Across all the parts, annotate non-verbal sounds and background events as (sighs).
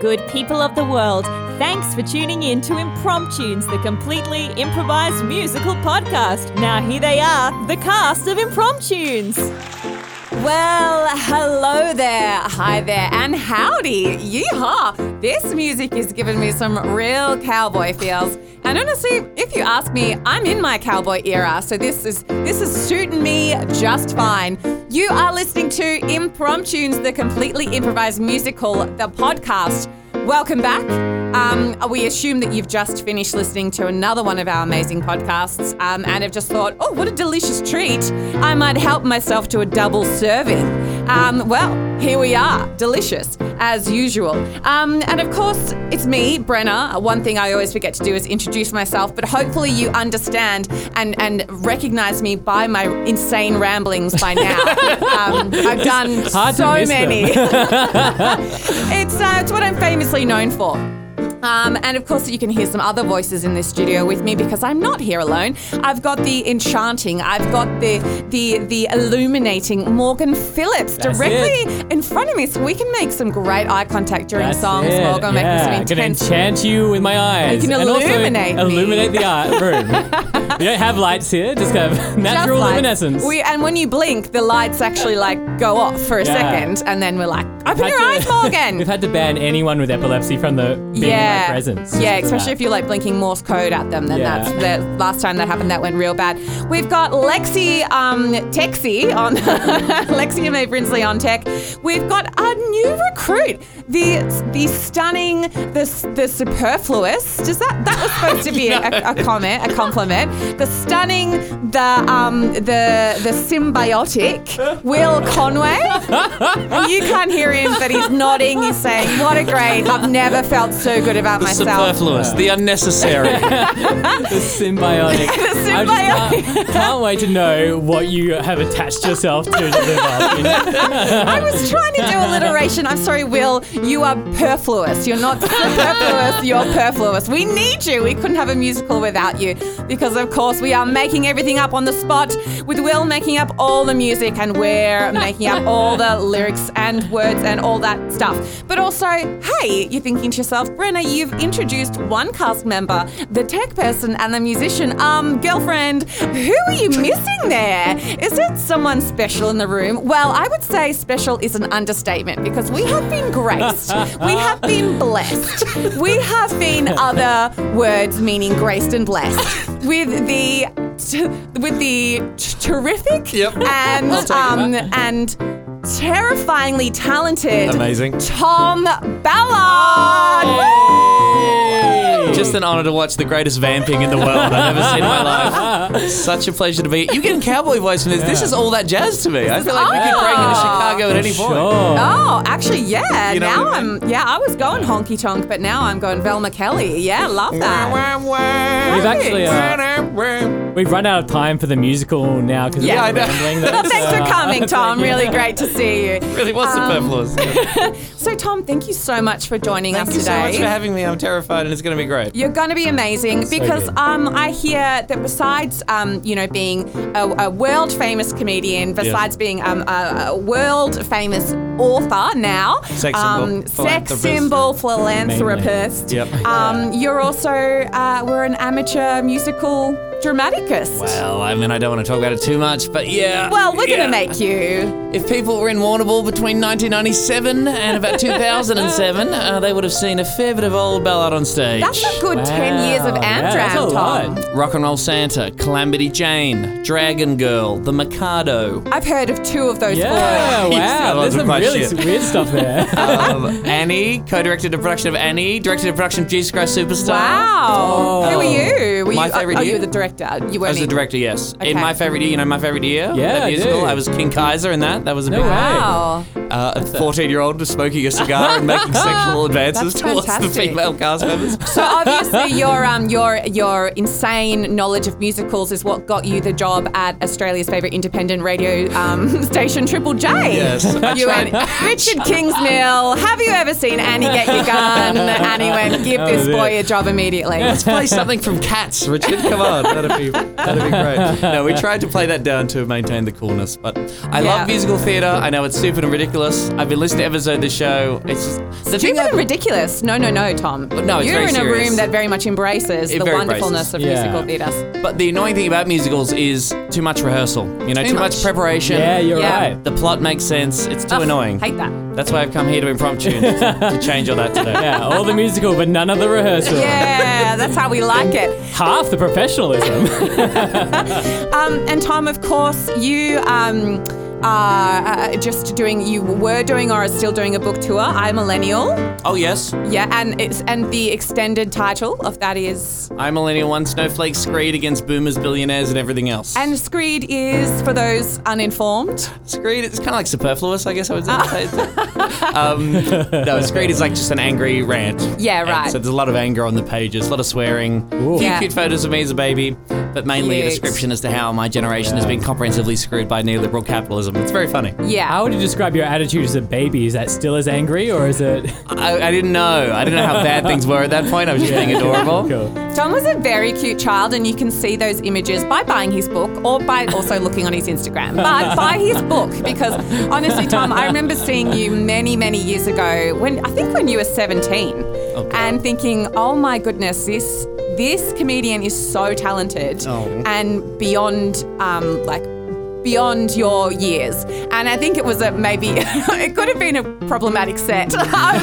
Good people of the world, thanks for tuning in to Impromptunes, the completely improvised musical podcast. Now, here they are, the cast of Impromptunes. Well, hello there, hi there, and howdy. Yeehaw! This music is giving me some real cowboy feels. And honestly, if you ask me, I'm in my cowboy era, so this is this is suiting me just fine. You are listening to Impromptunes, the completely improvised musical, the podcast. Welcome back. Um, we assume that you've just finished listening to another one of our amazing podcasts um, and have just thought, oh, what a delicious treat. I might help myself to a double serving. Um, well, here we are, delicious as usual. Um, and of course, it's me, Brenna. One thing I always forget to do is introduce myself, but hopefully you understand and, and recognize me by my insane ramblings by (laughs) now. um, I've done hard to so miss them. many. it's, uh, it's what I'm famously known for. Um, and of course, you can hear some other voices in this studio with me because I'm not here alone. I've got the enchanting, I've got the the the illuminating Morgan Phillips That's directly in front of me, so we can make some great eye contact during That's songs. it. Morgan, will yeah. make me some I can intense. enchant you with my eyes. can and also illuminate me. illuminate the art (laughs) room. we don't have lights here, just have Just natural like- luminescence. We, and when you blink, the lights actually like go off for a Yeah. second, and then we're like, open Had your to- eyes, Morgan. (laughs) We've had to ban anyone with epilepsy from the being in my presence. Yeah, especially if you're like blinking Morse code at them. Then Yeah. that's the last time that happened. That went real bad. We've got Lexi um, Texi on (laughs) Lexi and Mae Brinsley on tech. We've got a new recruit, the the stunning, the the superfluous. Does that that was supposed (laughs) to be a, a comment, a compliment? The stunning, the um, the the symbiotic Will Conway. And you can't hear him, but he's nodding. He's saying, "What a grade! I've never felt so good about myself." Superfluous, the unnecessary. The symbiotic. (laughs) The I just can't, can't wait to know what you have attached yourself to. to live up. (laughs) You know? I was trying to do alliteration. I'm sorry, Will. You are perfluous. You're not (laughs) superfluous. You're perfluous. We need you. We couldn't have a musical without you, because of course we are making everything up on the spot with Will making up all the music and we're making up all the lyrics and words and all that stuff. But also, hey, you're thinking to yourself, Brenna, you've introduced one cast member, the tech person and the musician. Um, girlfriend, who are you missing there? Is it someone special in the room? Well, I would say special is an understatement because we have been graced, we have been blessed, we have been other words meaning graced and blessed with the t- with the t- terrific Yep. and I'll take um that. and terrifyingly talented Amazing. Tom Ballard. Woo! Just an honor to watch the greatest vamping in the world I've ever seen in my life. Such a pleasure to be. You get cowboy voice from this. This is all that jazz to me. I feel like we could break into Ah. Chicago at any Sure. point. Oh, actually, yeah. You know now what I I'm, yeah, I was going honky tonk, but now I'm going Velma Kelly. Yeah, love that. We've actually uh, Yeah, we've run out of time for the musical now because Yeah, I we're (laughs) know. rambling. Well, (laughs) That's, thanks for uh, coming, thank Tom. you. Really great to see you. Really was Um, (laughs) superfluous. So, Tom, thank you so much for joining Thank us you so today. much for having me. I'm terrified, and it's going to be great. You're going to be amazing because good. um, I hear that besides um, you know being a, a world famous comedian, besides being um, a, a world famous author now, Sex um, symbol sex philanthropist. symbol philanthropist. Mainly. Yep. Um, you're also uh, we're an amateur musical dramaticist. Well, Oh, I mean, I don't want to talk about it too much, but yeah. Well, we're yeah. gonna make you. If people were in Warrnambool between 1997 (laughs) and about 2007, uh, they would have seen a fair bit of old ballad on stage. That's a good ten years of Wow, yeah, Amdram, that's a Tom. lot. Rock and Roll Santa, Calamity Jane, Dragon Girl, (laughs) The Mikado, I've heard of two of those Yeah, already. That wow. There's was some my really shit. weird stuff (laughs) there. um, Annie, co-directed a production of Annie, directed a production of Jesus Christ Superstar. Wow. Oh. Who are you? Were My you, favourite oh, you year? were the director. You I weren't was the in- director, yes. Okay. In my favorite year, you know my favorite year? Yeah, that I musical. do. I was King Kaiser in that. That was a No big way. Wow. uh, a 14 year old smoking a cigar (laughs) and making sexual advances That's towards the fantastic. female cast members. So obviously (laughs) your um your your insane knowledge of musicals is what got you the job at Australia's favorite independent radio um, (laughs) station Triple J. Yes, I You went (laughs) Richard Kingsmill. Have you ever seen Annie get your (laughs) gun? And he went, Oh, give this dear. boy a job immediately. play something from Cats, (laughs) Richard. Come on, that'd be that'd be great. No, we tried to play that down to maintain the coolness, but I Yeah. love musical theatre. I know it's stupid and ridiculous. I've been listening to episodes of the show. It's just the thing Stupid that- and ridiculous. No, no, no, Tom. no, it's You're very in a serious. room that very much embraces It the very wonderfulness embraces. of Yeah. musical theatre. But the annoying thing about musicals is too much rehearsal. You know, Too too, much. much. preparation. Yeah, you're Yeah. right. The plot makes sense. It's too Ugh, annoying. Oh, Hate that. That's why I've come here to impromptu to (laughs) change all that today. Yeah, all the musical, but none of the rehearsal. Yeah, that's how we like it. Half the professionalism. Um, and Tom, of course, you um, are uh, just doing, you were doing or are still doing a book tour, I Millennial. Oh yes, Yeah, and it's and the extended title of that is. I'm Millennial One Snowflake Screed against Boomers, Billionaires, and everything else. And Screed is, for those uninformed, Screed, it's kind of like superfluous, I guess I would say. (laughs) um, no, Screed is like just an angry rant. Yeah, And right. so there's a lot of anger on the pages, a lot of swearing, a few Yeah. cute photos of me as a baby, but mainly a Cute. description as to how my generation has been comprehensively screwed by neoliberal capitalism. It's very funny. yeah. How would you describe your attitude as a baby? Is that still as angry, or is (laughs) it? I, I didn't know. I didn't know how bad things were at that point. I was just being adorable. (laughs) Cool. Tom was a very cute child, and you can see those images by buying his book or by also looking on his Instagram. But buy his book because honestly, Tom, I remember seeing you many, many years ago when I think when you were 17 God. and thinking, oh my goodness, this this comedian is so talented Oh. and beyond um, like beyond your years. And I think it was a maybe (laughs) it could have been a problematic set. (laughs) I,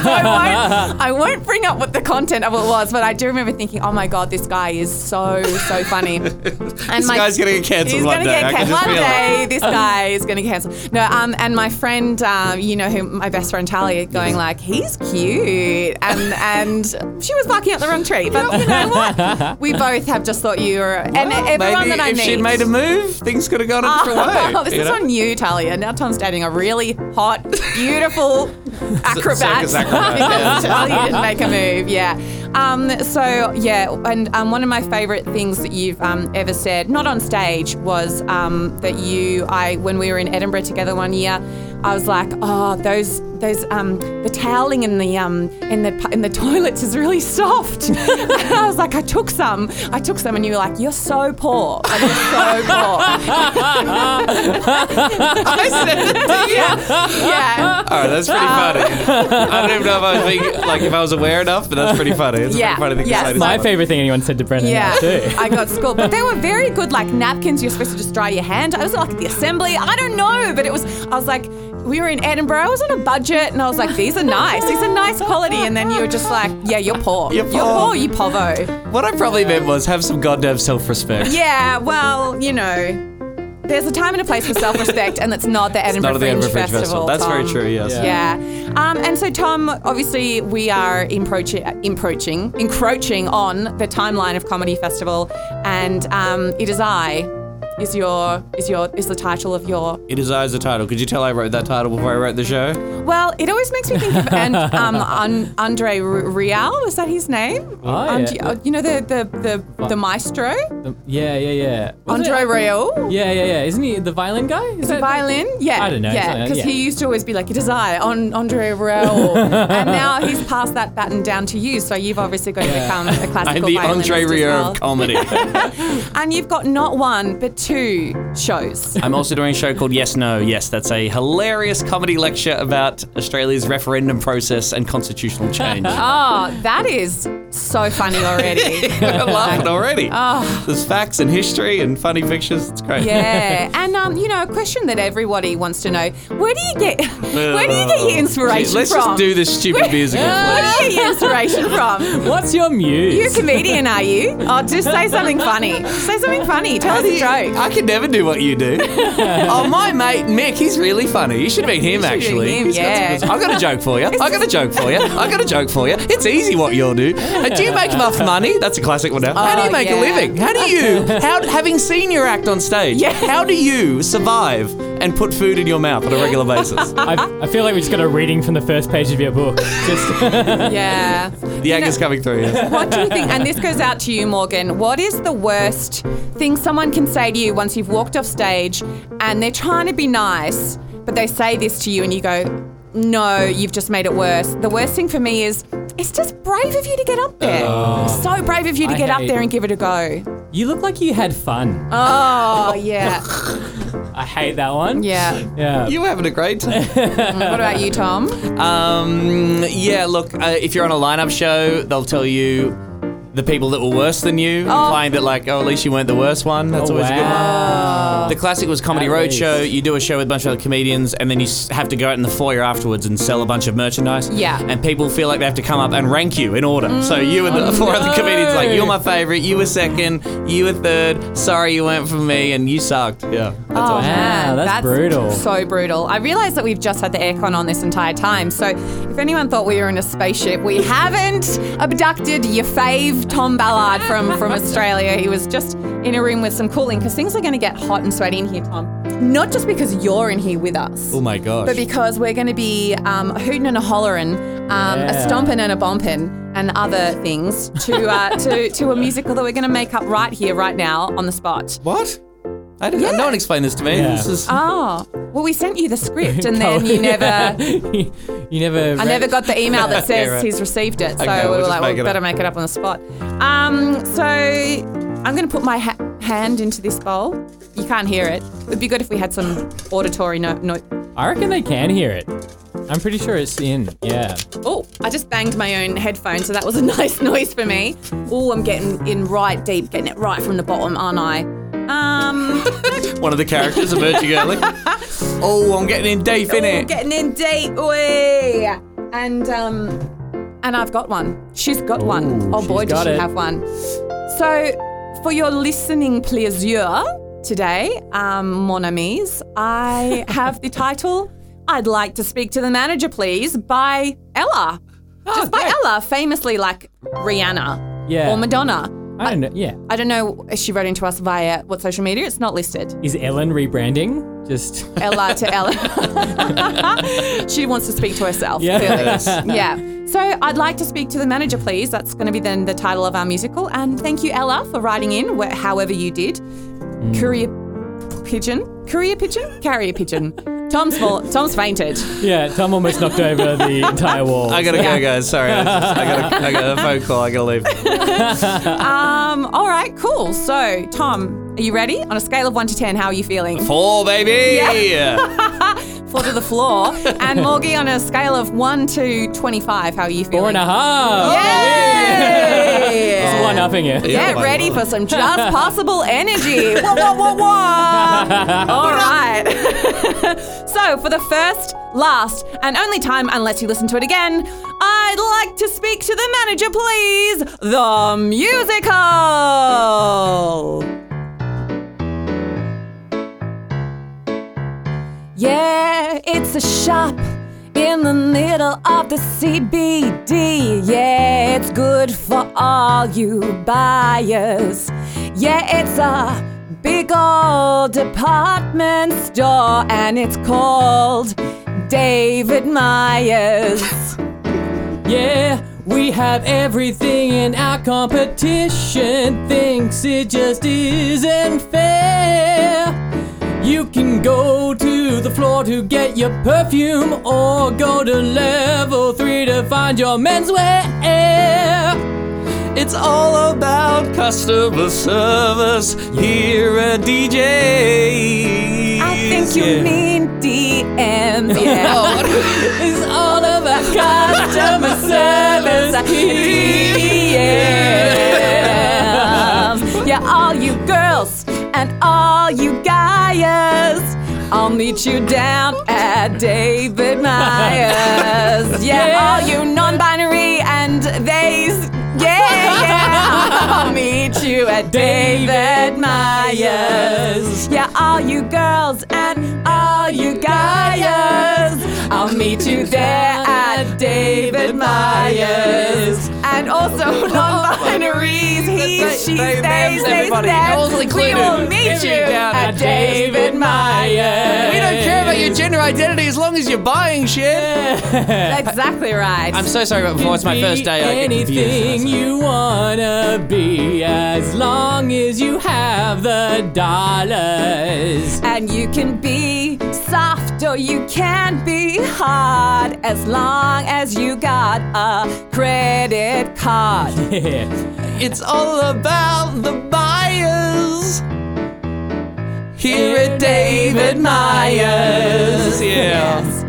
won't, I won't bring up what the content of it was, but I do remember thinking, oh my god, this guy is so so funny. And (laughs) This guy's gonna get cancelled He's one gonna day. I get can cancelled. just One feel it. day, this guy is gonna get cancelled. No, um, and my friend, um, you know, who my best friend Talia, going like, he's cute, and and she was barking up the wrong tree. But you know (laughs) what? We both have just thought you were, and everyone Maybe that I if meet. she'd made a move, things could have gone a different way. (laughs) Oh, this you is know? on you, Talia. Now Tom's dating a really hot, (laughs) beautiful acrobat. circus (laughs) acrobat, because Talia didn't make a move. Yeah. Um, so yeah, and um, one of my favourite things that you've um, ever said, not on stage, was um, that you, I, when we were in Edinburgh together one year, I was like, oh, those, those, um, the toweling in the um, in the pu- in the (laughs) toilets is really soft. (laughs) and I was like, I took some, I took some, and you were like, you're so poor, and you're so poor. (laughs) I said (laughs) it to you. yeah. All right, that's pretty funny. Ah. I don't even know if I was being, like if I was aware enough, but that's pretty funny. It's Yeah, a pretty funny thing yes. to say. to My someone. favorite thing anyone said to Brendan. Yeah, Too. I got schooled, but they were very good, like napkins. You're supposed to just dry your hand. I was like at the assembly. I don't know, but it was. I was like, we were in Edinburgh. I was on a budget, and I was like, these are nice. These are nice quality. And then you were just like, yeah, you're poor. You're poor. poor. You povo. What I probably meant was have some goddamn self-respect. Yeah. Well, you know. There's a time and a place for self-respect, and that's not the Edinburgh, Not at the Fringe, Edinburgh Fringe Festival. That's very Tom. true. Yes. Yeah. Yeah. Um, and so, Tom, obviously, we are encroaching, encroaching, encroaching on the timeline of Comedy Festival, and um, it is I. Is your is your is the title of your? It is I as a title. Could you tell I wrote that title before I wrote the show? Well, it always makes me think (laughs) of and, um, An- Andre R- Rial. Was that his name? Oh, yeah. Andre- oh, you know the the the, the maestro, Yeah, yeah, yeah. Was it- Andre Rial. Yeah, yeah, yeah. Isn't he the violin guy? Is that Violin, yeah, I don't know, yeah, uh, so, because yeah. he used to always be like, "It is I, on Andre Raoul," (laughs) and now he's passed that baton down to you. So you've obviously got to (laughs) become a I'm classical the violinist Andre as Rio well. (laughs) of comedy. and you've got not one but two shows. I'm also doing a show called Yes No Yes. That's a hilarious comedy lecture about Australia's referendum process and constitutional change. (laughs) Oh, that is so funny (laughs) already. I'm laughing already. There's facts and history and funny pictures. It's great. Oh. (laughs) Yeah, and um, you know, a question that everybody wants to know: Where do you (laughs) get, where do you get your inspiration Let's from? just do this stupid (laughs) musical. Where do you get your inspiration from? What's your muse? You're a comedian, are you? Oh, just say something funny. Say something funny. Tell us a joke. I could never do what (laughs) you do. oh, my mate Mick, he's really funny. You should meet him should meet actually. him, He's got some yeah. good- I've got a joke for you. I've got a joke for you. I've got a joke for you. It's easy what you'll do. How do you make enough money? That's a classic one now. how do you Oh, make yeah. a living? How do (laughs) you, how having seen your act on stage, Yeah. how do you survive and put food in your mouth on a regular (laughs) basis? I, I feel like we just got a reading from the first page of your book. Just yeah. The anger's coming (laughs) through. Yes. What do you think? And this goes out to you, Morgan. What is the worst thing someone can say to you once you've walked off stage and they're trying to be nice, but they say this to you and you go, no, you've just made it worse. The worst thing for me is, it's just brave of you to get up there. so brave of you to Oh. I get up hate- there and give it a go. you look like you had fun. Oh, yeah. I hate that one. Yeah. Yeah. You were having a great time. What about you, Tom? Um, yeah, look, uh, if you're on a lineup show, they'll tell you the people that were worse than you, implying that, like, oh, at least you weren't the worst one. That's Oh, always a good one. wow. The classic was Comedy At least. Roadshow. You do a show with a bunch of other comedians, and then you s- have to go out in the foyer afterwards and sell a bunch of merchandise. Yeah. And people feel like they have to come up and rank you in order. so you and the four other comedians, like, you're my favorite, you were second, you were third. Sorry you weren't for me, and you sucked. Yeah. That's Oh, awesome. Wow, that's brutal. So brutal. I realize that we've just had the aircon on this entire time. So if anyone thought we were in a spaceship, we haven't abducted your fave Tom Ballard from, from Australia. He was just in a room with some cooling because things are going to get hot and sweaty in here, Tom. Not just because you're in here with us. Oh my gosh. But because we're going to be um, a hooting and a hollering, um, Yeah. a stomping and a bumping, and other things to uh, to to a musical that we're going to make up right here, right now, on the spot. what? I didn't, No one explained this to me. Yeah. This is. Oh, well, we sent you the script, (laughs) and then you never. (laughs) you never. I never got the email that says (laughs) Yeah, right. he's received it, so Okay, we we'll were just like, make well, it better up." make it up on the spot. Um, so I'm going to put my ha- hand into this bowl. You can't hear it. It would be good if we had some auditory note. No- I reckon they can hear it. I'm pretty sure it's in. Yeah. Oh, I just banged my own headphone, so that was a (laughs) nice noise for me. Oh, I'm getting in right deep, getting it right from the bottom, aren't I? Um, One of the characters emerging (laughs) early. Oh, I'm getting in deep in ooh, it. getting in deep, way. And um, and I've got one. She's got one. Ooh, Oh boy, she's does got she it. have one. So, for your listening pleasure today, um, mon amis, (laughs) I have the title. I'd like to speak to the manager, please, by (gasps) Ella. Just by Ella, famously like Rihanna Oh, Yeah. or Madonna. I don't know. Yeah. I don't know if she wrote into us via what social media. It's not listed. Is Ellen rebranding? Just. (laughs) Ella (laughs) to Ella. she wants to speak to herself. Yeah. Clearly. yeah. So I'd like to speak to the manager, please. That's going to be then the title of our musical. And thank you, Ella, for writing in, wh- however you did. Mm. Courier pigeon, courier pigeon, carrier pigeon. Tom's fall- Tom's fainted. Yeah. Tom almost knocked over the entire wall. I gotta go, guys. Sorry, I, just, I, got a, I got a phone call. I gotta leave. Um. All right. Cool. So Tom, are you ready? On a scale of one to ten, how are you feeling? Four, baby. Four to the floor. and Morgie, on a scale of one to twenty-five, how are you feeling? Four and a (laughs) half. Yay! It's one upping it. Yeah, Get my ready God. for some just possible energy. Wah, wah, wah, wah. All right. (laughs) so, for the first, last, and only time, unless you listen to it again, I'd like to speak to the manager, please. The musical. Yeah, it's a shop in the middle of the CBD. Yeah, it's good for all you buyers. Yeah, it's a big old department store and it's called David Myers. Yeah, we have everything and our competition thinks it just isn't fair. You can go to the floor to get your perfume or go to level 3 to find your menswear. It's all about customer service here at DJ. I think you mean DMs. Yeah. It's all about customer service. DMs. Yeah, all you girls and all you guys. I'll meet you down at David (laughs) Myers. Yeah, all you non-binary and theys. Yeah, yeah. (laughs) I'll meet you at David Myers. Yeah, all you girls and all you guys. I'll meet meet you there at David Myers. And (laughs) also non binaries, he, she, they, they, they, everybody, all's them. We included. will meet Everything you down at at David Myers. We don't care about your gender identity as long as you're buying shit. Exactly right. I'm so sorry, but before it's my Be first day, I get confused. anything you wanna be as long as you have the dollars. (laughs) And you can be soft or you can be hard as long as you got a credit card. It's all about the buyers. Here at David Myers. Yeah. Yes.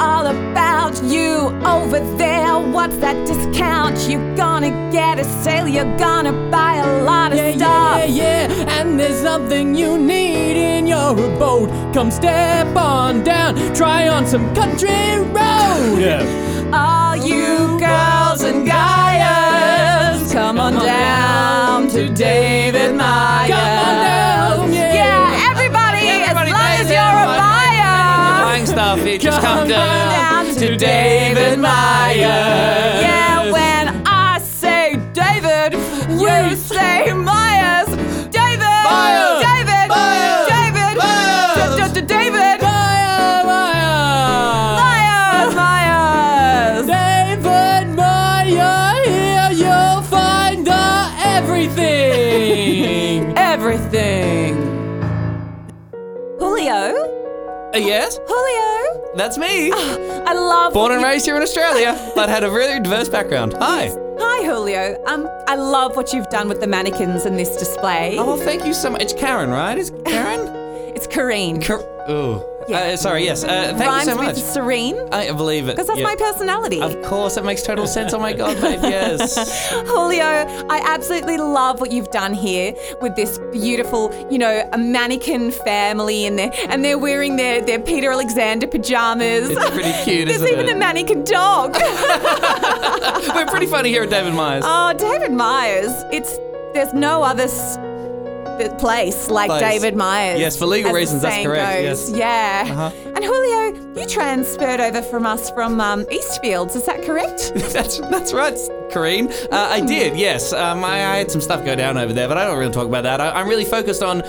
All about you over there. What's that discount? You're gonna get a sale, you're gonna buy a lot of yeah, stuff. yeah, yeah. And there's something you need in your boat. Come step on down, try on some country (laughs) road. All you girls and guys, come on down to David Myers. Come on down, yeah. Yeah, everybody, Everybody as long down as there, you're a everybody buyer. Buying stuff, you just Come come down, down to David Myers. Yeah, when I say David, you say Myers. David, Myers. David, Myers. David, Myers. Da- da- da- David, Fire, fire. Myers, Myers. David Meyer, here you'll find the (laughs) everything. everything. Julio? Uh, Yes, Julio? that's me. I love Born and raised here in Australia, but had a really diverse background. Hi. Hi Julio. Um I love what you've done with the mannequins in this display. Oh, well, thank you so much. It's Karen, right? Is it Karen? (laughs) It's Kareen. Car- Ooh. Uh, sorry, yes. Uh, thank Rhymes you so much. with serene. I believe it. Because that's yeah. my personality. Of course, it makes total sense. Oh my god, (laughs) mate, yes. Julio, I absolutely love what you've done here with this beautiful, you know, a mannequin family and they're and they're wearing their, their Peter Alexander pajamas. (laughs) It's pretty cute, There's isn't even it? a mannequin (laughs) dog. We're pretty funny here at David Myers. Oh, David Myers. It's there's no other s- th- place like Place. David Myers. Yes, for legal as the reasons, that's saying correct, goes. yes. Uh-huh. Yeah. And Julio, you transferred over from us from um, Eastfields. Is that (laughs) correct? (laughs) that's that's right, Corrine. Uh, Hmm. I did, yes. Um, I, I had some stuff go down over there, but I don't really talk about that. I, I'm really focused on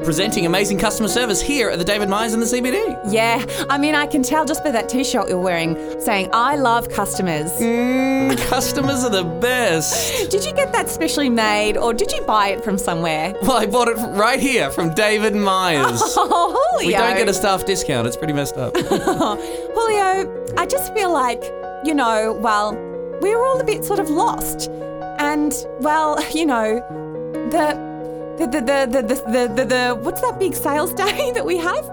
presenting amazing customer service here at the David Myers in the CBD. yeah. I mean, I can tell just by that T-shirt you're wearing, saying "I love customers." Hmm. (laughs) Customers are the best. Did you get that specially made, or did you buy it from somewhere? (laughs) (laughs) Well, I bought it right here from David Myers. Oh, Julio. We don't get a staff discount. It's pretty messed up. Julio, I just feel like, you know, well, we're all a bit sort of lost. And, well, (laughs) you know, the. The, the, the, the, the, the, the, the, what's that big sales (laughs) day that we have?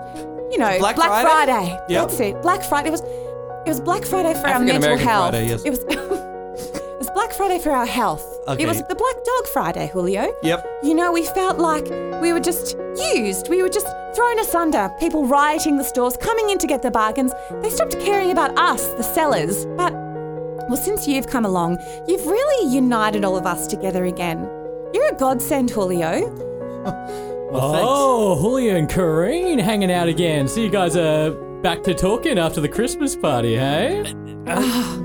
You know, Black Friday? Yeah. That's it. Black Friday. It was, it was Black Friday for our mental African-American health. Friday, yes. It was. (laughs) it was Black Friday for our health. Okay. It was the Black Dog Friday, Julio. Yep. You know, we felt like we were just used. We were just thrown asunder. People rioting the stores, coming in to get the bargains. They stopped caring about us, the sellers. But, well, since you've come along, you've really united all of us together again. You're a godsend, Julio. Well, oh, Julio and Corrine hanging out again. So you guys are back to talking after the Christmas party, hey?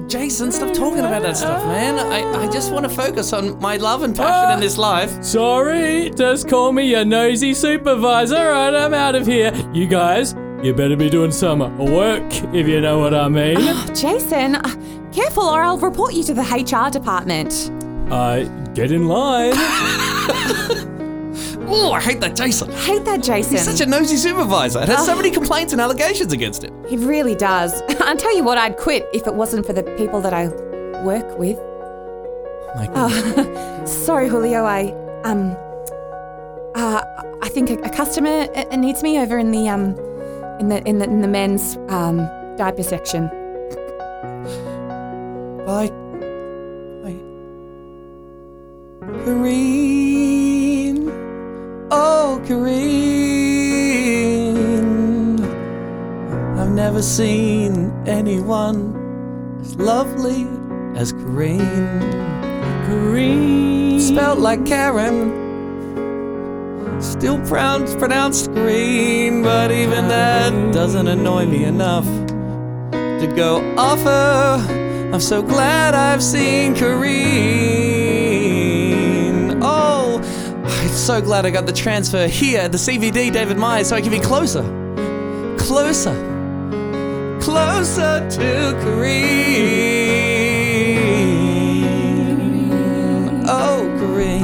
Jason, stop talking about that stuff, man. I, I just want to focus on my love and passion in this life. Sorry, just call me your nosy supervisor and I'm out of here. You guys, you better be doing some work if you know what I mean. (gasps) Oh, Jason, uh, careful or I'll report you to the HR department. uh, get in line. Oh, I hate that Jason. I hate that, Jason. He's such a nosy supervisor and has so many complaints and allegations against him. he really does. (laughs) I'll tell you what, I'd quit if it wasn't for the people that I work with. My goodness. Sorry, Julio. I um, uh, I think a, a customer uh, needs me over in the um, in the in the, in the men's um, diaper section. Bye. Bye. Kareen. Oh, Kareen. I've never seen anyone as lovely as Kareen. Corrine. Spelt like Karen. Still proun- pronounced green, but even that doesn't annoy me enough to go offer. I'm so glad I've seen Kareem. Oh, I'm so glad I got the transfer here at the CVD, David Myers, so I can be closer, closer, closer to Kareem. Oh, Kareem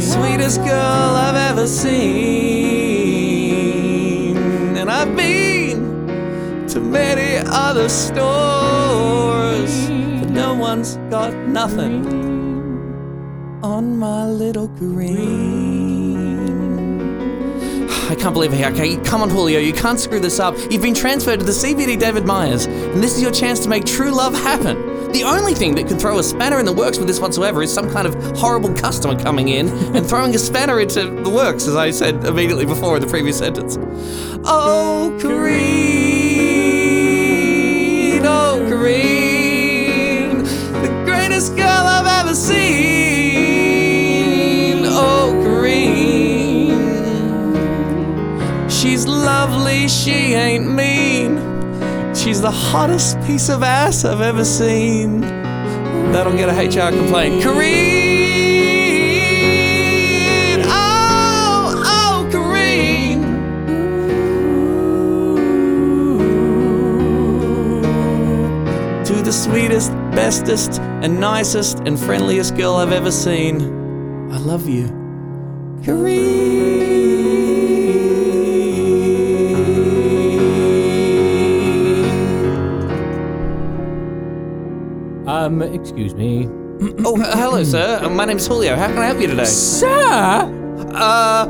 sweetest girl I've ever seen. And I've been to many other stores, but no one's got nothing on my little green. I can't believe it. Okay, come on, Julio, you can't screw this up. You've been transferred to the CBD David Myers, and this is your chance to make true love happen. The only thing that could throw a spanner in the works with this whatsoever is some kind of horrible customer coming in and throwing a spanner into the works, as I said immediately before in the previous sentence. Oh, Kareem, oh, Kareem, the greatest girl I've ever seen. Oh, Kareem, She's lovely, she ain't mean. She's the hottest piece of ass I've ever seen. That'll get a HR complaint. Kareem! Oh, oh, Kareem! To the sweetest, bestest, and nicest, and friendliest girl I've ever seen. I love you. Kareem. Um, excuse me. Oh, h- hello, sir. Uh, My name's Julio. How can I help you today? Sir! Uh, uh,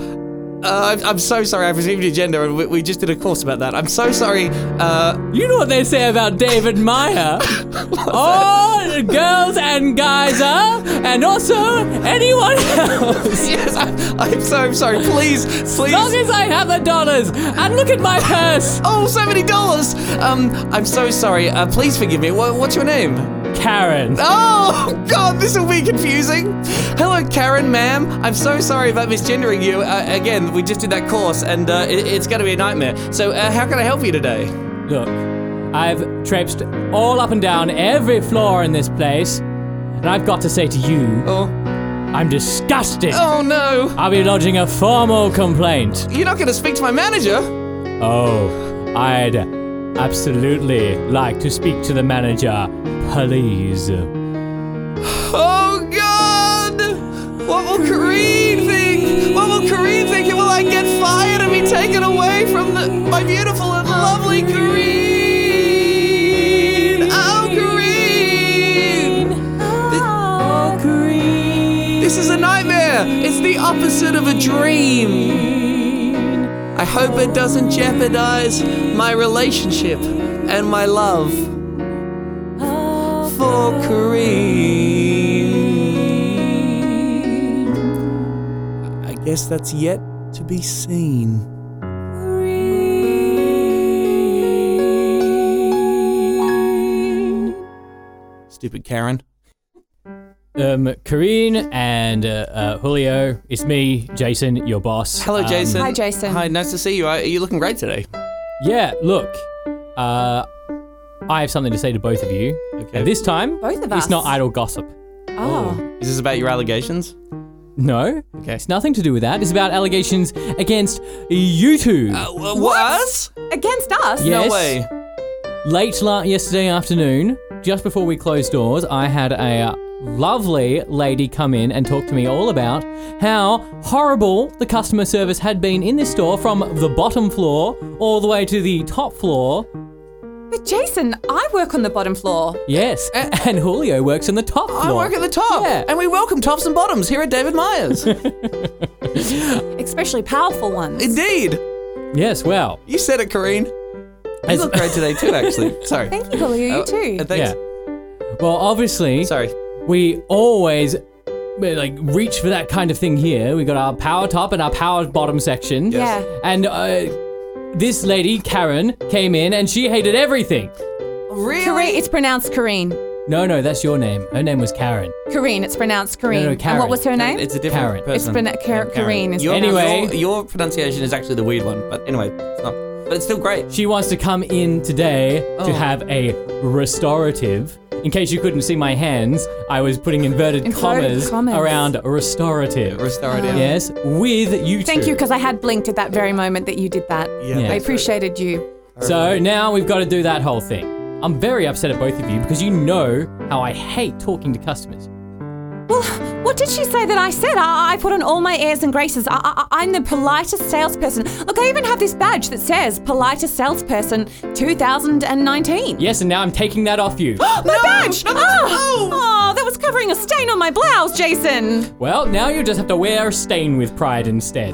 I'm- I'm so sorry. I've received your gender, and we, we just did a course about that. I'm so sorry. Uh, (laughs) You know what they say about David Meyer. All girls and guys are, and also anyone (laughs) else. yes, I, I'm so sorry. Please, please. As long as I have the dollars, and look at my purse. Oh, so many dollars. Um, I'm so sorry. Uh, please forgive me. Wha what's your name? Karen. Oh, (laughs) God, this will be confusing. Hello, Karen, ma'am. I'm so sorry about misgendering you. Uh, again, we just did that course, and uh, it, it's going to be a nightmare. So, uh, how can I help you today? Look, I've traipsed all up and down every floor in this place, and I've got to say to you, Oh, I'm disgusted. oh no. I'll be lodging a formal complaint. You're not going to speak to my manager? Oh, I'd absolutely like to speak to the manager, please. Um, Oh, God. What will Kareem think? What will Kareem think? And will I get fired and be taken away from the, my beautiful and lovely Kareem? Oh, Kareem. This is a nightmare. It's the opposite of a dream. I hope it doesn't jeopardize my relationship and my love for Kareem. I guess that's yet to be seen. Stupid Karen. Um, Kareen and uh, uh, Julio, it's me, Jason, your boss. Hello, Um, Jason. hi, Jason. Hi, nice to see you. Are you looking great today? Yeah, look, uh, I have something to say to both of you. Okay. And this time, Both of us? it's not idle gossip. Oh. Is this about your allegations? No, Okay. it's nothing to do with that. It's about allegations against you two. Uh, what? Oh. Against us? Yeah. No Yes. way. Late la- yesterday afternoon, just before we closed doors, I had a uh, lovely lady come in and talk to me all about how horrible the customer service had been in this store from the bottom floor all the way to the top floor. But Jason, I work on the bottom floor. Yes, and Julio works on the top floor. Eh, I work at the top, Yeah. and we welcome tops and bottoms here at David (laughs) Myers. Especially powerful ones. Indeed, Yes, well, you said it, Corrine. You as- look great today too, (laughs) actually. Sorry. Thank you, Julio. You Oh, too. uh, thanks. yeah. Well, obviously, Sorry. we always we, like reach for that kind of thing here. We got our power top and our power bottom section. Yes. And uh, this lady, Karen, came in and she hated everything. Kareen, Really? it's pronounced Kareen. No, no, that's your name. Her name was Karen. Kareen, it's pronounced Kareen. no, And Karen. what was her name? It's a different Karen. person. It's been- Kar- Kareen is- Your, Anyway. your, your pronunciation is actually the weird one, but anyway, it's not. but it's still great. She wants to come in today Oh. to have a restorative. In case you couldn't see my hands, I was putting inverted, Inverted commas, commas. around restorative. Restorative. Yes, with you Thank two. you, because I had blinked at that very moment that you did that. Yeah. Yeah. I appreciated you. So now we've got to do that whole thing. I'm very upset at both of you because you know how I hate talking to customers. Well, what did she say that I said? I, I put on all my airs and graces. I, I, I'm the politest salesperson. Look, I even have this badge that says politest salesperson 2019. Yes, and now I'm taking that off you. (gasps) My badge! Oh, oh, that was covering a stain on my blouse, Jason. well, now you just have to wear a stain with pride instead.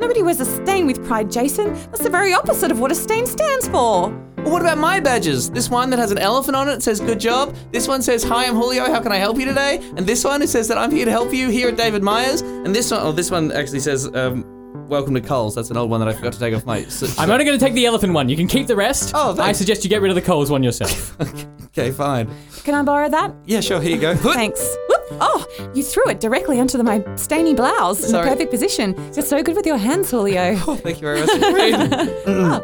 Nobody wears a stain with pride, Jason. That's the very opposite of what a stain stands for. Well, what about my badges? This one that has an elephant on it says "Good job." This one says "Hi, I'm Julio. How can I help you today?" And this one it says that I'm here to help you here at David Myers. And this one, oh, this one actually says um, "Welcome to Coles." That's an old one that I forgot to take off (laughs) my. s- I'm only going to take the elephant one. You can keep the rest. Oh, thanks. I suggest you get rid of the Coles one yourself. (laughs) okay, fine. Can I borrow that? Yeah, sure. Here you go. Thanks. Whoop. Oh, you threw it directly onto the, my stainy blouse in Sorry. the perfect position. You're so good with your hands, Julio. (laughs) Thank you (laughs) very much. (laughs) uh,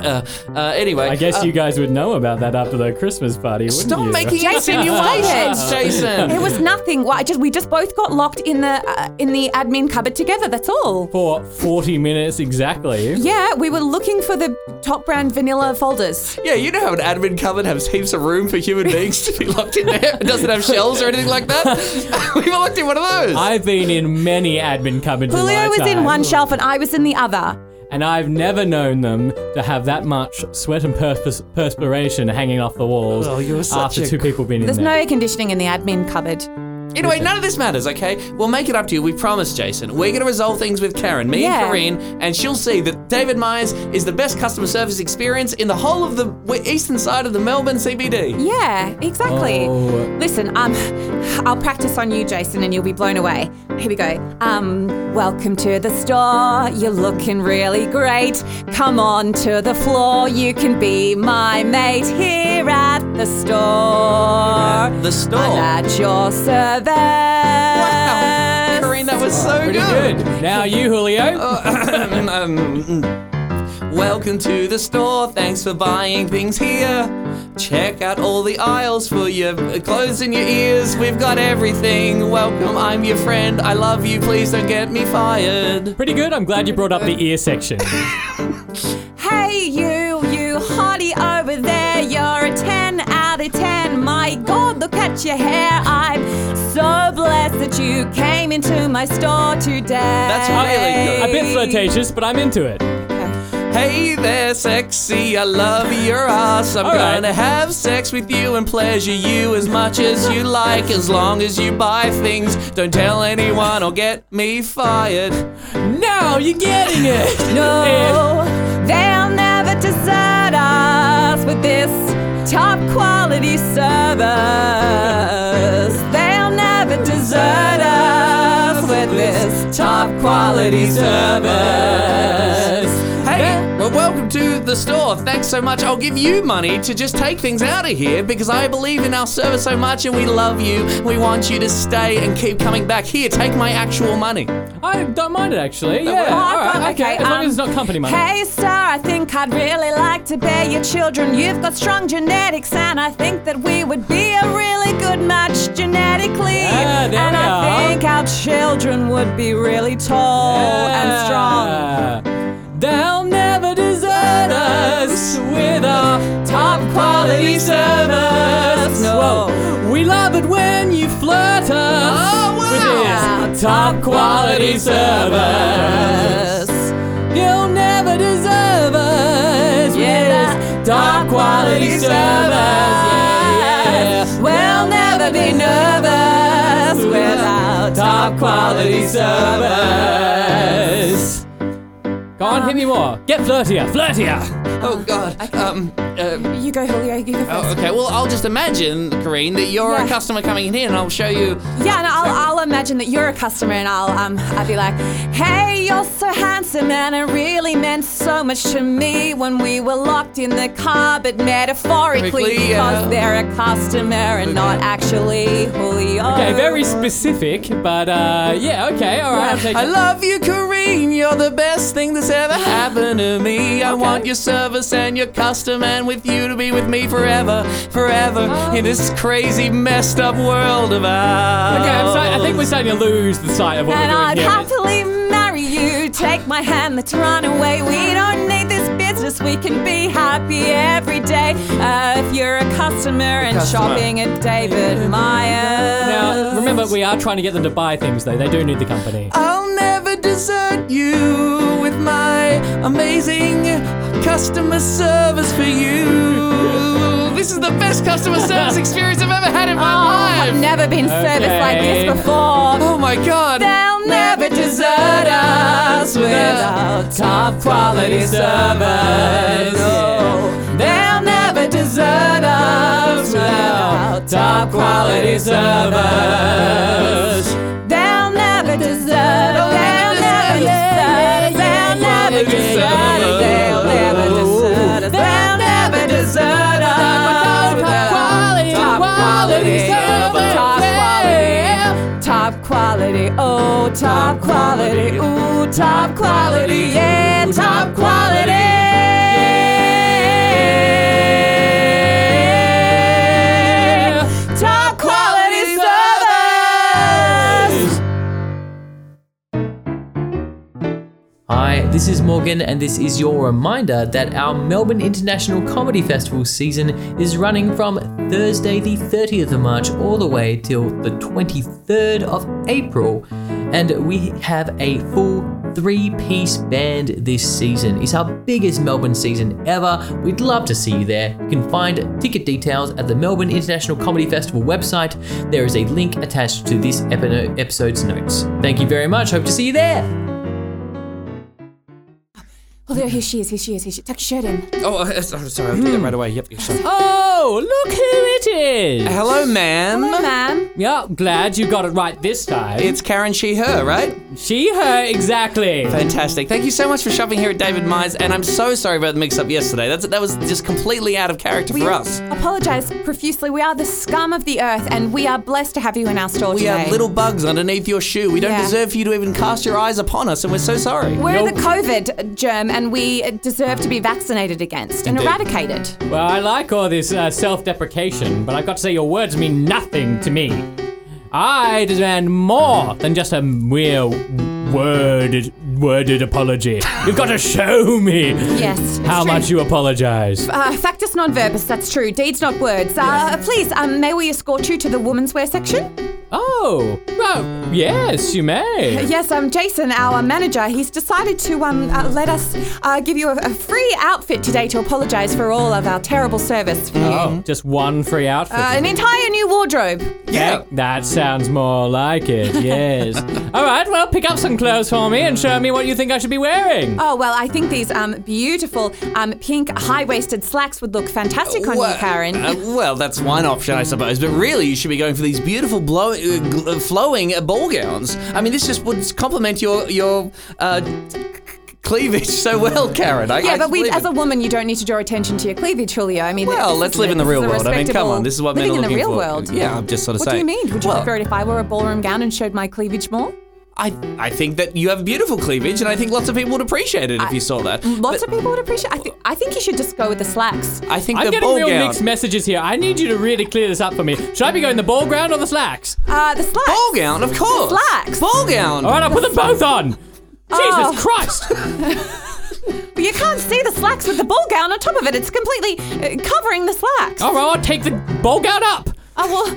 uh, anyway, I guess uh, you guys would know about that after the Christmas party, wouldn't Stop you? making Jason, you insinuations, (laughs) Jason. It was nothing. Well, I just we just both got locked in the uh, in the admin cupboard together. That's all. For 40 minutes exactly. Yeah, we were looking for the top brand vanilla folders. Yeah, you know how an admin cupboard has heaps of room for human beings to be locked in there. It doesn't have shelves or anything like that. (laughs) we were locked in one of those. I've been in many admin cupboards in my Julio was in time. one shelf and I was in the other. and I've never known them to have that much sweat and pers- perspiration hanging off the walls Oh, you're such after a two people been There's in no there. air conditioning in the admin cupboard. anyway, none of this matters, okay? We'll make it up to you. We promise, Jason. We're going to resolve things with Karen, me Yeah. and Corinne, and she'll see that David Myers is the best customer service experience in the whole of the w- eastern side of the Melbourne CBD. Yeah, exactly. Oh. Listen, um, I'll practice on you, Jason, and you'll be blown away. Here we go. Um, welcome to the store. You're looking really great. Come on to the floor. You can be my mate here at the store. The store. I'm at your service. Wow. Corinne, that was so Pretty good. Now you, Julio. Uh, Um, Welcome to the store. Thanks for buying things here. Check out all the aisles for your uh, clothes and your ears. We've got everything. Welcome. I'm your friend. I love you. Please don't get me fired. Pretty good. I'm glad you brought up the ear section. Hey, you, you hottie over there, you're a 10 out of 10. My god, look at your hair. I'm so blessed that you came into my store today. That's really good. A bit flirtatious, but I'm into it. Hey there, sexy. I love your ass. I'm All right. gonna have sex with you and pleasure you as much as you like, as long as you buy things. Don't tell anyone or get me fired. Now you're getting (laughs) (laughs) it. No, they'll never desert us with this top quality service. They'll never desert us with this top quality service. Hey, well, welcome to the store. Thanks so much. I'll give you money to just take things out of here because I believe in our service so much and we love you. We want you to stay and keep coming back. Here, take my actual money. I don't mind it actually. Yeah. Oh, All I've got- right. Okay. As long um, as it's not company money. Hey, sir, I think I'd really like to bear your children. You've got strong genetics, and I think that we would be a really good match genetically. Yeah, there and we I are. think our children would be really tall and strong. strong. They'll never desert us with our top quality service. No. Whoa. We love it when you flirt us Oh, wow. with this top quality service. You'll never deserve us Yeah. with this top quality service. Yeah, yeah. We'll never be nervous without Top quality service. Go on, hit me more. Get flirtier, flirtier. Oh, God. Um, uh, You go, Julio. You go first. oh, okay, well, I'll just imagine, Corinne, that you're Yeah. a customer coming in here and I'll show you. Yeah, no, I'll, I'll I'll imagine that you're a customer and I'll um I'll be like, hey, you're so handsome and it really meant so much to me when we were locked in the car, but metaphorically Quickly, yeah. because they're a customer and not actually Julio. Okay, very specific, but uh, yeah, okay, all right. I'll take I it. love you, Kareem. You're the best thing that's (laughs) ever happened to me. I want your service and your custom, and with you to be with me forever, forever in this crazy, messed up world of ours. Okay, I'm sorry, I think we're starting to lose the sight of what And we're doing I'd here. happily marry you. Take my hand, let's run away. We don't need this business. We can be happy every day. Uh, if you're a customer and customer. shopping at David Now, Myers. remember, we are trying to get them to buy things, though. They do need the company. I'll never desert you with my amazing customer service for you. This is the best customer (laughs) service experience I've ever had in Oh, my I've life. never been serviced like Okay. this before. Oh my god. They'll never desert us without top quality service. No. They'll never desert us without top quality service. They'll never desert us. They'll never desert us. They'll never desert us. They'll never desert us. They'll never desert us without top quality service. Top quality. Top quality, oh, top quality, ooh, top quality, yeah, top quality. Top quality service. Hi, this is Morgan, and this is your reminder that our Melbourne International Comedy Festival season is running from Thursday, the 30th of March, all the way till the 23rd of April. And we have a full three piece band this season. It's our biggest Melbourne season ever. We'd love to see you there. You can find ticket details at the Melbourne International Comedy Festival website. There is a link attached to this epi- episode's notes. Thank you very much. Hope to see you there. Oh, there, here she is, here she is, here she is. Tuck your shirt in. Oh, uh, uh, sorry, I'll do that right away. Yep. you're sorry. Oh, look who it is! Hello, ma'am. Ma'am. Yeah, glad you got it right this time. It's Karen She Her, right? she, her, exactly. Fantastic. Thank you so much for shopping here at David Myers, and I'm so sorry about the mix up yesterday. That's, that was just completely out of character We for us. apologize profusely. We are the scum of the earth, and we are blessed to have you in our store We today. are little bugs underneath your shoe. We don't Yeah. deserve for you to even cast your eyes upon us, and we're so sorry. We're Nope. the COVID germ, and we deserve to be vaccinated against and Indeed. eradicated. Well, I like all this uh, self deprecation, but I've got to say, your words mean nothing to me. I demand more than just a mere worded, worded apology. You've got to show me Yes, it's how true. much you apologize. Uh, factus non verbis, that's true. Deeds, not words. Uh, Please, um, may we escort you to the women's wear section? Oh, well, yes, you may. Yes, um, Jason, our manager, he's decided to um, uh, let us uh, give you a, a free outfit today to apologise for all of our terrible service for you. Oh, just one free outfit. Uh, an entire new wardrobe. yeah. That sounds more like it, yes. (laughs) All right, well, pick up some clothes for me and show me what you think I should be wearing. Oh, well, I think these um, beautiful um, pink high waisted slacks would look fantastic on Well, you, Karen. uh, well, that's one option, I suppose. But really, you should be going for these beautiful, blow, uh, gl- uh, flowing uh, ball gowns. I mean, this just would complement your your uh, c- c- cleavage so well, Karen. I, yeah, I but we, believe as it. a woman, you don't need to draw attention to your cleavage, Julio. I mean, Well, this is let's live a- in the this real is a world. I mean, come on, respectable- this is what men living are in the looking real for. world. Yeah, I'm just sort of What saying. do you mean? Would you Well- prefer it if I wore a ballroom gown and showed my cleavage more? I, I think that you have beautiful cleavage, and I think lots of people would appreciate it if you saw that. Lots of people would appreciate. I think I think you should just go with the slacks. I think I'm the getting ball real gown. mixed messages here. I need you to really clear this up for me. Should I be going the ball ground or the slacks? Uh, the slacks. Ball gown, of course. Slacks. Ball gown. All right, I'll put them both on. Oh. Jesus (laughs) Christ! But you can't see the slacks with the ball gown on top of it. It's completely uh, covering the slacks. Oh. All right, I'll take the ball gown up. Oh well.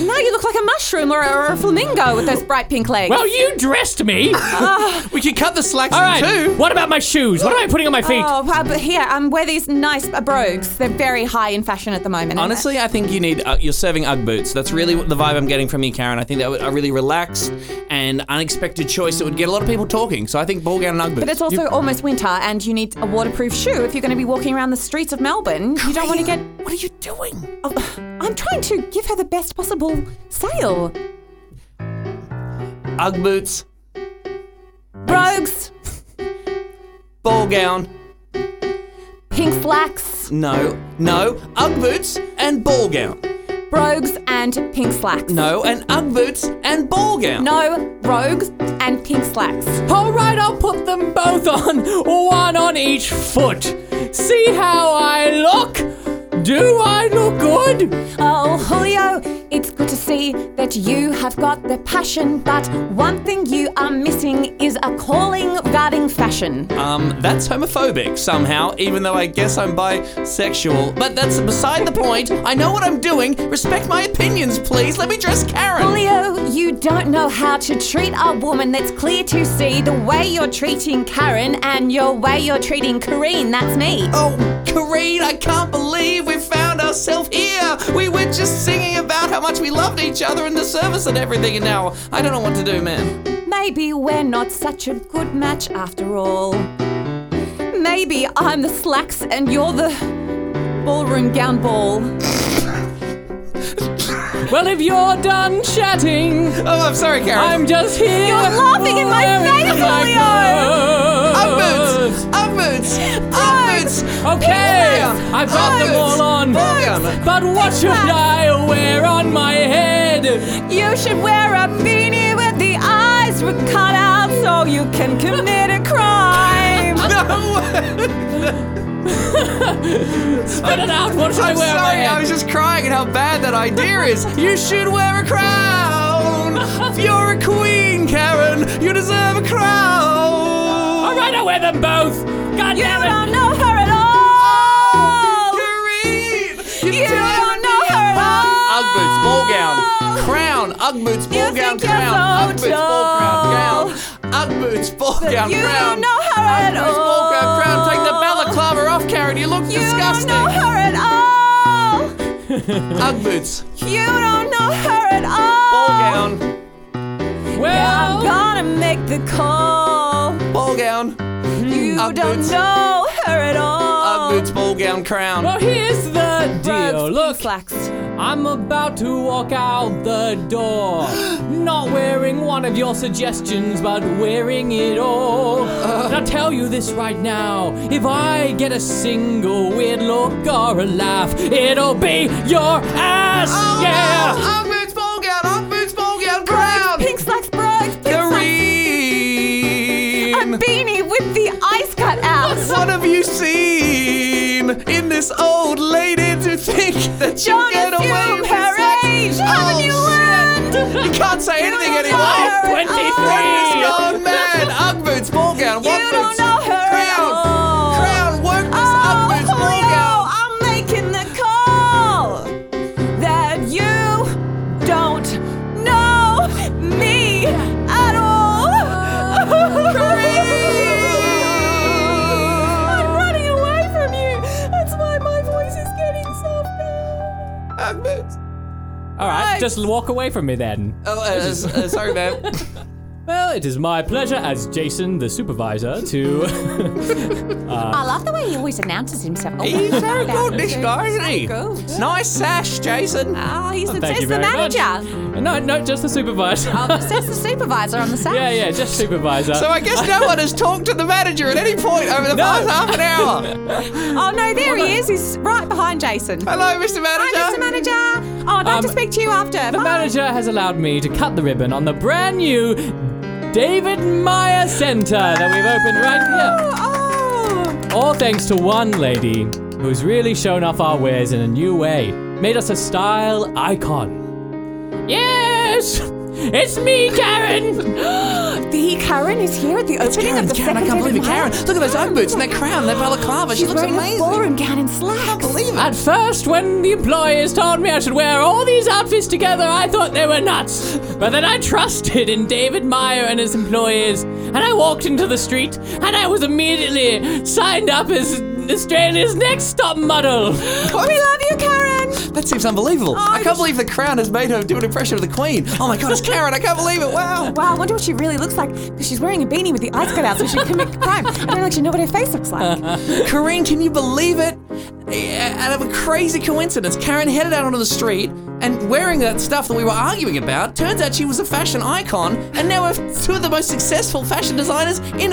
Now you look like a mushroom or a, or a flamingo with those bright pink legs. Well, you dressed me. All We could cut the slacks right. in two. What about my shoes? What am I putting on my feet? Oh, well, but here, um, wear these nice uh, brogues. They're very high in fashion at the moment. Honestly, I think you need. Uh, you're serving UGG boots. That's really what the vibe I'm getting from you, Karen. I think that would a really relaxed and unexpected choice that would get a lot of people talking. So I think ball gown and UGG But boots. it's also almost winter, and you need a waterproof shoe if you're going to be walking around the streets of Melbourne. You don't want to get. What are you doing? (sighs) Oh, I'm trying to give her the best possible sale. Ugg boots, Brogues, ball gown. pink flax, No, no, Ugg boots and ball gown. brogues and pink slacks. No, and Ugg boots and ball gown. No, rogues and pink slacks. All right, I'll put them both on, one on each foot. See how I look? Do I look good? Oh, Julio, it's good to see that you have got the passion, but one thing you are missing is a calling regarding fashion. Um, that's homophobic somehow, even though I guess I'm bisexual. But that's beside the point. I know what I'm doing. Respect my opinions, please. Let me dress Karen. Julio, you don't know how to treat a woman that's clear to see the way you're treating Karen and your way you're treating Corinne, that's me. Oh, Kareen, I can't believe we found ourselves here. We were just singing about how much we loved each other and the service and everything, and now I don't know what to do, man. Maybe we're not such a good match after all. Maybe I'm the slacks and you're the ballroom gown ball. Well, if you're done chatting, Oh, I'm sorry, Karen. I'm just here. You're laughing in my face, Julio. Upwards! Upwards! Upwards! Okay, Yeah. I got them all on. Upwards. But what should I wear on my head? You should wear a beanie with the eyes were cut out so you can commit a (laughs) crime. (laughs) No! Spit it out. What should i I'm wear on my sorry, head? I was just crying at how bad that idea is. You should wear a crown! You're a queen, Karen! You deserve a crown! All right, I wear them both. God you damn it. don't know her at all. Oh, Karen! You, You don't know her at all. Ugg boots, ball gown, crown, Ugg boots, ball You gown, think you're crown, so Ugg boots, ball tall. crown, gown, Ugg boots, ball gown, you don't crown. know her Ugg at boots, ball gown, crown. Take the all. balaclava off, Karen. You look You disgusting. don't know her at all. Ugg boots, You don't know her at ball all. gown, Well, I'm gonna make the call. ball gown, You Ugg don't boots. know her at all. Ugg boots, ball gown, crown. Oh, well, here's the deal. Rugs, Look, slacks. I'm about to walk out the door. Not wearing one of your suggestions, but wearing it all. and I'll tell you this right now if I get a single weird look or a laugh, it'll be your ass! Oh, yeah! no! Ugg boots, ball gown, Ugg boots, ball gown, crown. Pink slacks, brogues, pink slacks. Kareem, beanie with the ice cut out. what have you seen in this old lady to think that you John, get it's you, away with her sex? age. Oh, Haven't you shit. You can't say anything don't anymore. know her at 23. What is going mad? Ugg boots, ball gown, You what don't boots? know her at Crown, all. crown, workers, Ugg Oh, boots, ball Julio, gown. I'm making the call that you don't know me at all. I'm running away from you. That's why my voice is getting softer. Ugg boots. All right, Rugs. just walk away from me then. Oh, uh, uh, sorry, ma'am. Well, it is my pleasure as Jason, the supervisor, to. (laughs) I love the way he always announces himself. (laughs) He's very good, this guy, isn't he? good. Nice sash, Jason. Ah, he's the, Thank he's you the very manager. much. No, no, just the supervisor. Oh, it says the supervisor on the sash. (laughs) yeah, yeah, just supervisor. So I guess (laughs) no one has talked to the manager at any point over the past half an (laughs) hour. Oh no, there he is. He's right behind Jason. Hello, Mr. Manager. Hi, Mr. Manager. Oh, I'd like to Um, speak to you after. The Bye. manager has allowed me to cut the ribbon on the brand new David Meyer Center that we've opened right Oh, here. All thanks to one lady who's really shown off our wares in a new way, made us a style icon. Yes! It's me, (gasps) Karen! (gasps) oh. the Karen is here at the opening of the second David Meyer. Look at those Ugg boots and that crown, that balaclava. She's wearing a ballroom gown and slacks. At first, when the employers told me I should wear all these outfits together, I thought they were nuts. But then I trusted in David Meyer and his employers, and I walked into the street, and I was immediately signed up as Australia's next top model. We love you, Karen. That seems unbelievable. I can't just- believe the crown has made her do an impression of the queen. Oh my god, it's Karen. I can't believe it. Wow. Wow, I wonder what she really looks like because she's wearing a beanie with the eyes cut out so she can commit (laughs) crime. I don't actually know what her face looks like. Corinne, can you believe it? Eh, Out of a crazy coincidence, Karen headed out onto the street, and wearing that stuff that we were arguing about. Turns out she was a fashion icon, and now we're two of the most successful fashion designers in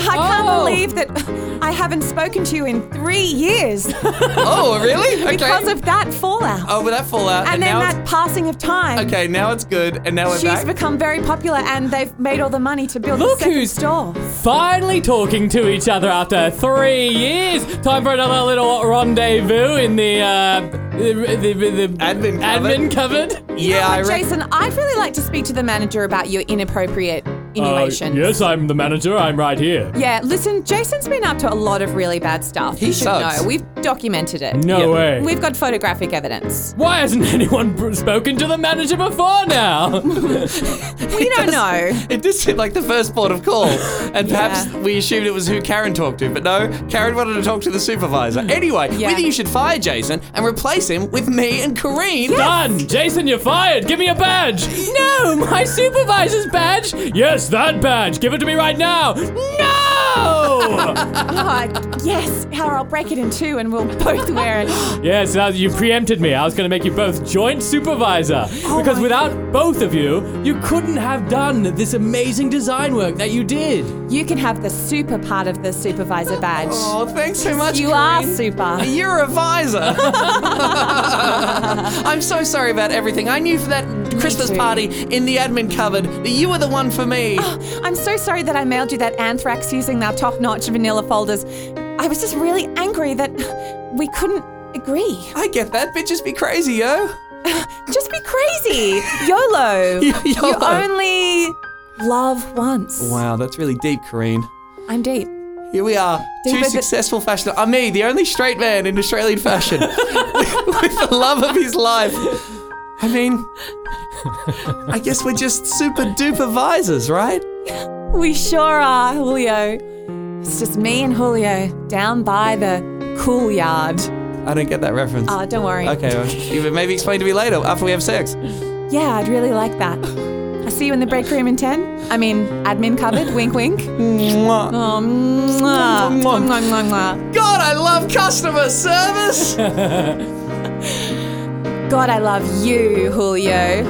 (laughs) I can't Oh. believe that I haven't spoken to you in three (laughs) years oh, really? Okay. because of that fallout. oh, but that fallout. and, then now that passing of time. it's, okay, now it's good, and now we're She's back. become very popular and they've made all the money to build Look a second who's- store. Finally talking to each other after three years. Time for another little rendezvous in the uh, the, the, the, the Admin admin cupboard. (laughs) yeah, I reckon. Jason, I'd really like to speak to the manager about your inappropriate innuendos. Uh, I'm the manager. I'm right here. Yeah, listen, Jason's been up to a lot of really bad stuff. He you should sucks. know. We've documented it. No Yeah. way. We've got photographic evidence. Why hasn't (laughs) anyone br- spoken to the manager before (laughs) now? We don't know. It did seem like the first port of call, and perhaps Yeah. we assumed it was who Karen talked to, but no, Karen wanted to talk to the supervisor. Anyway, Hmm. Yeah. we think you should fire Jason and replace him with me and Kareem. Done! Jason, you're fired! Give me a badge! No! My supervisor's badge! Yes, that badge! Give it to me right now! (laughs) No! Oh, yes, Howard, I'll break it in two and we'll (laughs) both wear it. yes, now you preempted me. I was going to make you both joint supervisor. because my without both of you, you couldn't have done this amazing design work that you did. You can have the super part of the supervisor badge. Oh, thanks so much. you Kareem. are super. You're a visor. (laughs) I'm so sorry about everything. I knew for that Christmas too. party in the admin cupboard that you were the one (gasps) for me. I'm so sorry that I mailed you that anthrax using our top notch vanilla folders. I was just really angry that we couldn't agree. I get that. Bitches be crazy, yo. Just be (laughs) crazy. YOLO. You YOLO. only love once. Wow, that's really deep, Kareem. I'm deep. Here we are, Deeper two than- successful fashion. I'm me, the only straight man in Australian (laughs) fashion, with, with the love of his life. I (laughs) mean, I guess we're just super duper visors, right? We sure are, Julio. It's just me and Julio down by the cool yard. I don't get that reference. Oh, don't worry. Ah, okay, well, maybe explain to me later after we have sex. Yeah, I'd really like that. I see you in the break room in 10. I mean, admin (laughs) cupboard, wink, wink. Mwah. Oh, mwah. Mwah, mwah, mwah. God, I love customer (laughs) service. God, I love you, Julio.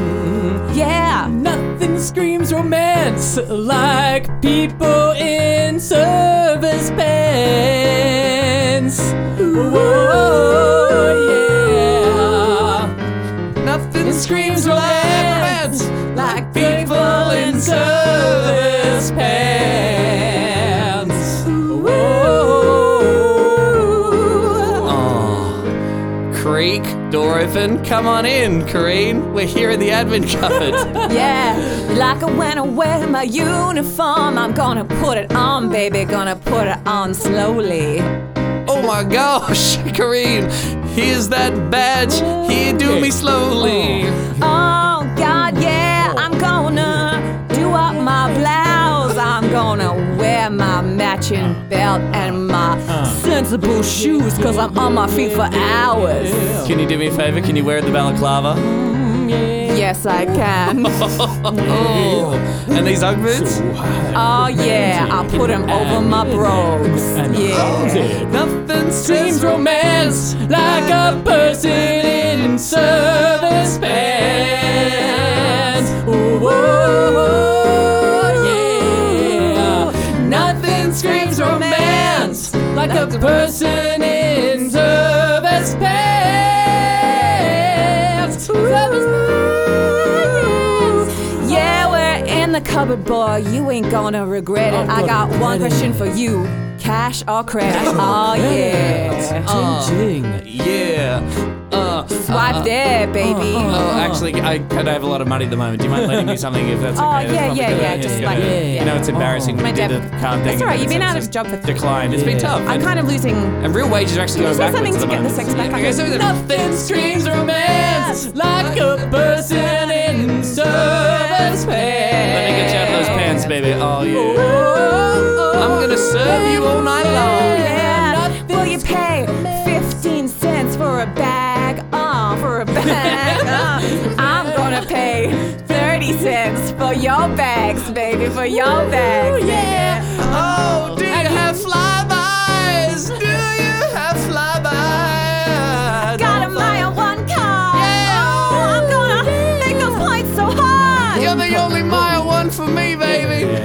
Yeah. Nothing screams romance like people in service pants. Whoa, yeah. Nothing screams romance romance Like people in service pants. Oh, creak, door open. Come on in, Corrine. We're here in the admin (laughs) cupboard. Yeah, like I when I wear my uniform, I'm gonna put it on, baby, gonna put it on slowly. oh my gosh, (laughs) Corrine. Here's that badge. Here, do me slowly. Oh God, yeah, I'm gonna do up my blouse. I'm gonna wear my matching belt and my sensible shoes, cause I'm on my feet for hours. Can you do me a favor? Can you wear the balaclava? Yes, I (laughs) can. Oh, and these Ugg boots? Oh yeah, I'll put them over my brogues. Yeah. Nothing Seems seems romance like a person in service pants. Whoa, yeah. Nothing screams romance like a person in service pants. (laughs) Yeah, we're in the cupboard, boy. You ain't gonna regret it. I got one question for you: cash or credit? Oh yeah, Yeah. Uh, swipe there, baby. oh, actually, I kind of have a lot of money at the moment. Do you mind lending me something if that's okay? (laughs) Oh That's yeah, probably yeah, good. yeah. Just like You know, yeah. it's embarrassing. when My We did dad- the card thing. That's alright. and You've been it's out of just job for three. Declined. It's been tough. I'm and- kind of losing. And real wages are actually Can you say going backwards something to at the get the moment. sex back up? Okay, so the- Nothing screams romance like a person in service pants. Let me get you out of those pants, baby. Oh yeah. I'm gonna serve you all night long. Yeah. Will you pay 15 cents for a bag? Oh, for a bag. (laughs) Oh, I'm gonna pay 30 cents for your bags, baby, for your bags. Yeah. Oh, do you have flybys? Do you have flybys? Got a mile one car. Oh, Yeah.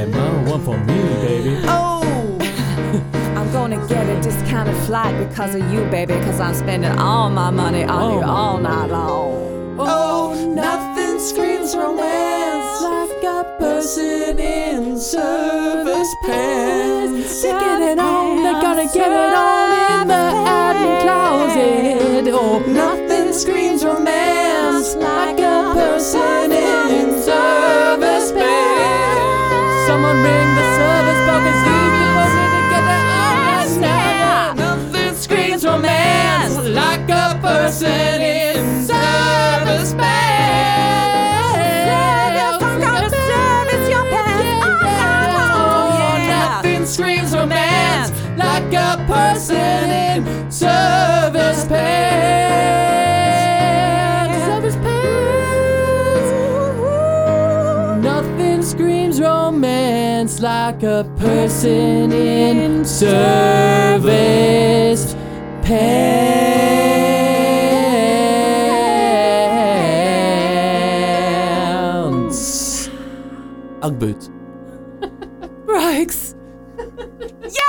flight because of you, baby, because I'm spending all my money on Oh, you my- all night long. Oh, nothing screams romance like a person in service pants. They're getting on, they're gonna get it on in the admin closet. Oh, nothing screams romance like a person in service pants. Someone ring the service bell 'cause these people need to get their eyes now. Oh, Nothing screams romance like a person in service pants. I'm gonna service your Oh, pants all night long, yeah. Oh, Nothing screams romance like a person in service pants. Service pants. Nothing screams romance like a person in service pants. Ugg boots. Brooks. Yay!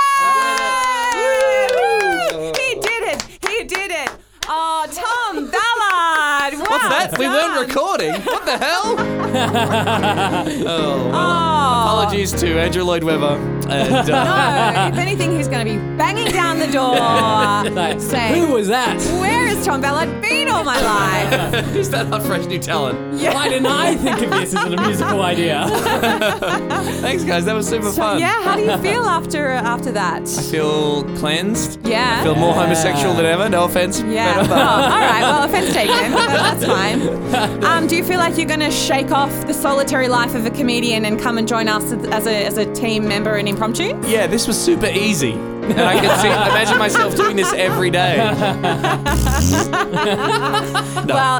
He did it. He did it. Oh, Tom Ballard. What's that? We weren't recording. What (laughs) the hell? oh, well, apologies to Andrew Lloyd Webber. And, uh, if anything, he's going to be banging down the door saying, Who was that? Where has Tom Ballard been all my (laughs) life? (laughs) Is that not fresh new talent? Why didn't I think of this as a musical idea? Thanks, guys. That was super So, fun. yeah, how do you feel after uh, after that? Feel cleansed. Yeah. Feel more homosexual than ever. No offense. Yeah. But, Well, uh, all right. Well, offense taken, but that's (laughs) fine. Um, do you feel like you're going to shake off the solitary life of a comedian and come and join us as a, as a team member in impromptu? yeah, this was super easy. And I can see, imagine myself doing this (laughs) every day. Well,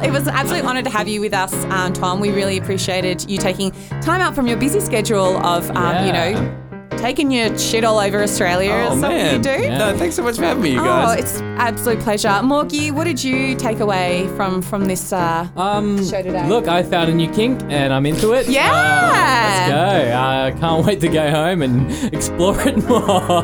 it was an absolute honour to have you with us, um, Tom. We really appreciated you taking time out from your busy schedule of, um, you Yeah. know, taking your shit all over Australia. Oh, is that man. what you do? No, thanks so much for having me, you Oh, guys. it's absolute pleasure, Morgie. What did you take away from from this? Uh, Um, Show today. look, I found a new kink and I'm into it. Yeah! Uh, let's go. I can't wait to go home and (laughs) explore it (laughs) more.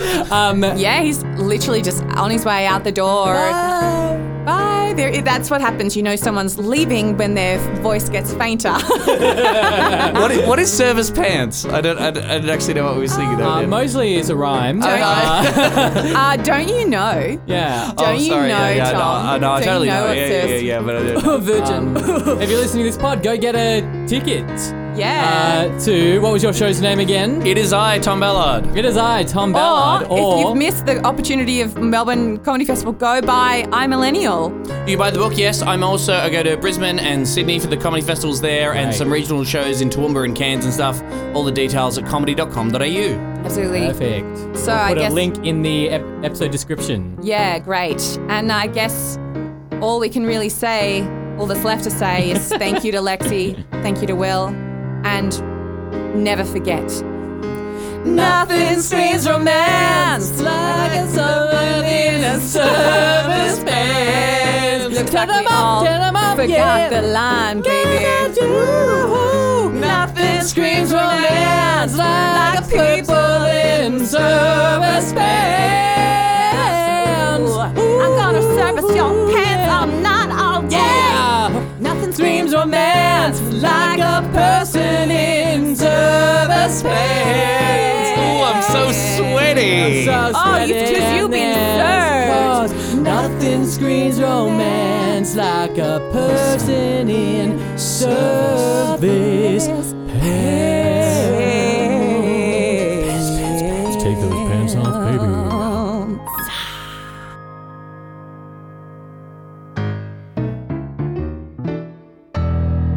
yeah, he's literally just on his way out the door. Bye. Uh, Bye. There, that's what happens. You know, someone's leaving when their voice gets fainter. what, is, what is service pants? I don't, I, don't- I don't actually know what we were thinking of. Oh, uh, yeah. Mosley is a rhyme. uh, don't you know? yeah. (laughs) Oh, Don't you sorry. know, yeah, yeah, Tom? No, I know, Don't I you totally know know. what Yeah, yeah, service- yeah, yeah, but I don't. A virgin. um, if you're listening to this pod, go get a ticket. Yeah. Uh, to what was your show's name again? (laughs) It is I, Tom Ballard. It is I, Tom or, Ballard. if you've missed the opportunity of Melbourne Comedy Festival, go by I Millennial. You buy the book, yes. I'm also I go to Brisbane and Sydney for the comedy festivals there, and Right. some regional shows in Toowoomba and Cairns and stuff. All the details at comedy.com.au. Absolutely. perfect. So I'll I put guess- a link in the ep- episode description. Yeah, great. And I guess all we can really say, all that's left to say (laughs) is thank you to Lexi, thank you to Will, and never forget. Nothing screams romance like a someone in a service band. Looks like we all forgot the line, baby. Nothing screams romance like a people in service bands. I'm gonna service your pants. I'm not all day. Nothing screams romance like a person in service bands. Oh, I'm so sweaty. Oh, you- 'cause you've been served. Nothing screams romance like a person in service. Take those pants off, baby.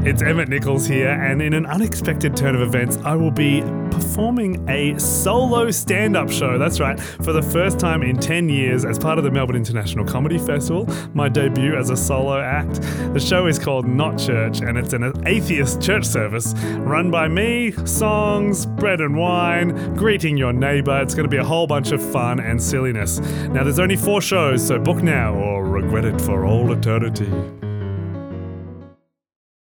It's Emmett Nichols here, and in an unexpected turn of events, I will be performing a solo stand up show. That's right, for the first time in 10 years as part of the Melbourne International Comedy Festival, my debut as a solo act. The show is called Not Church, and it's an atheist church service run by me, songs, bread and wine, greeting your neighbor. It's going to be a whole bunch of fun and silliness. Now, there's only four shows, so book now or regret it for all eternity.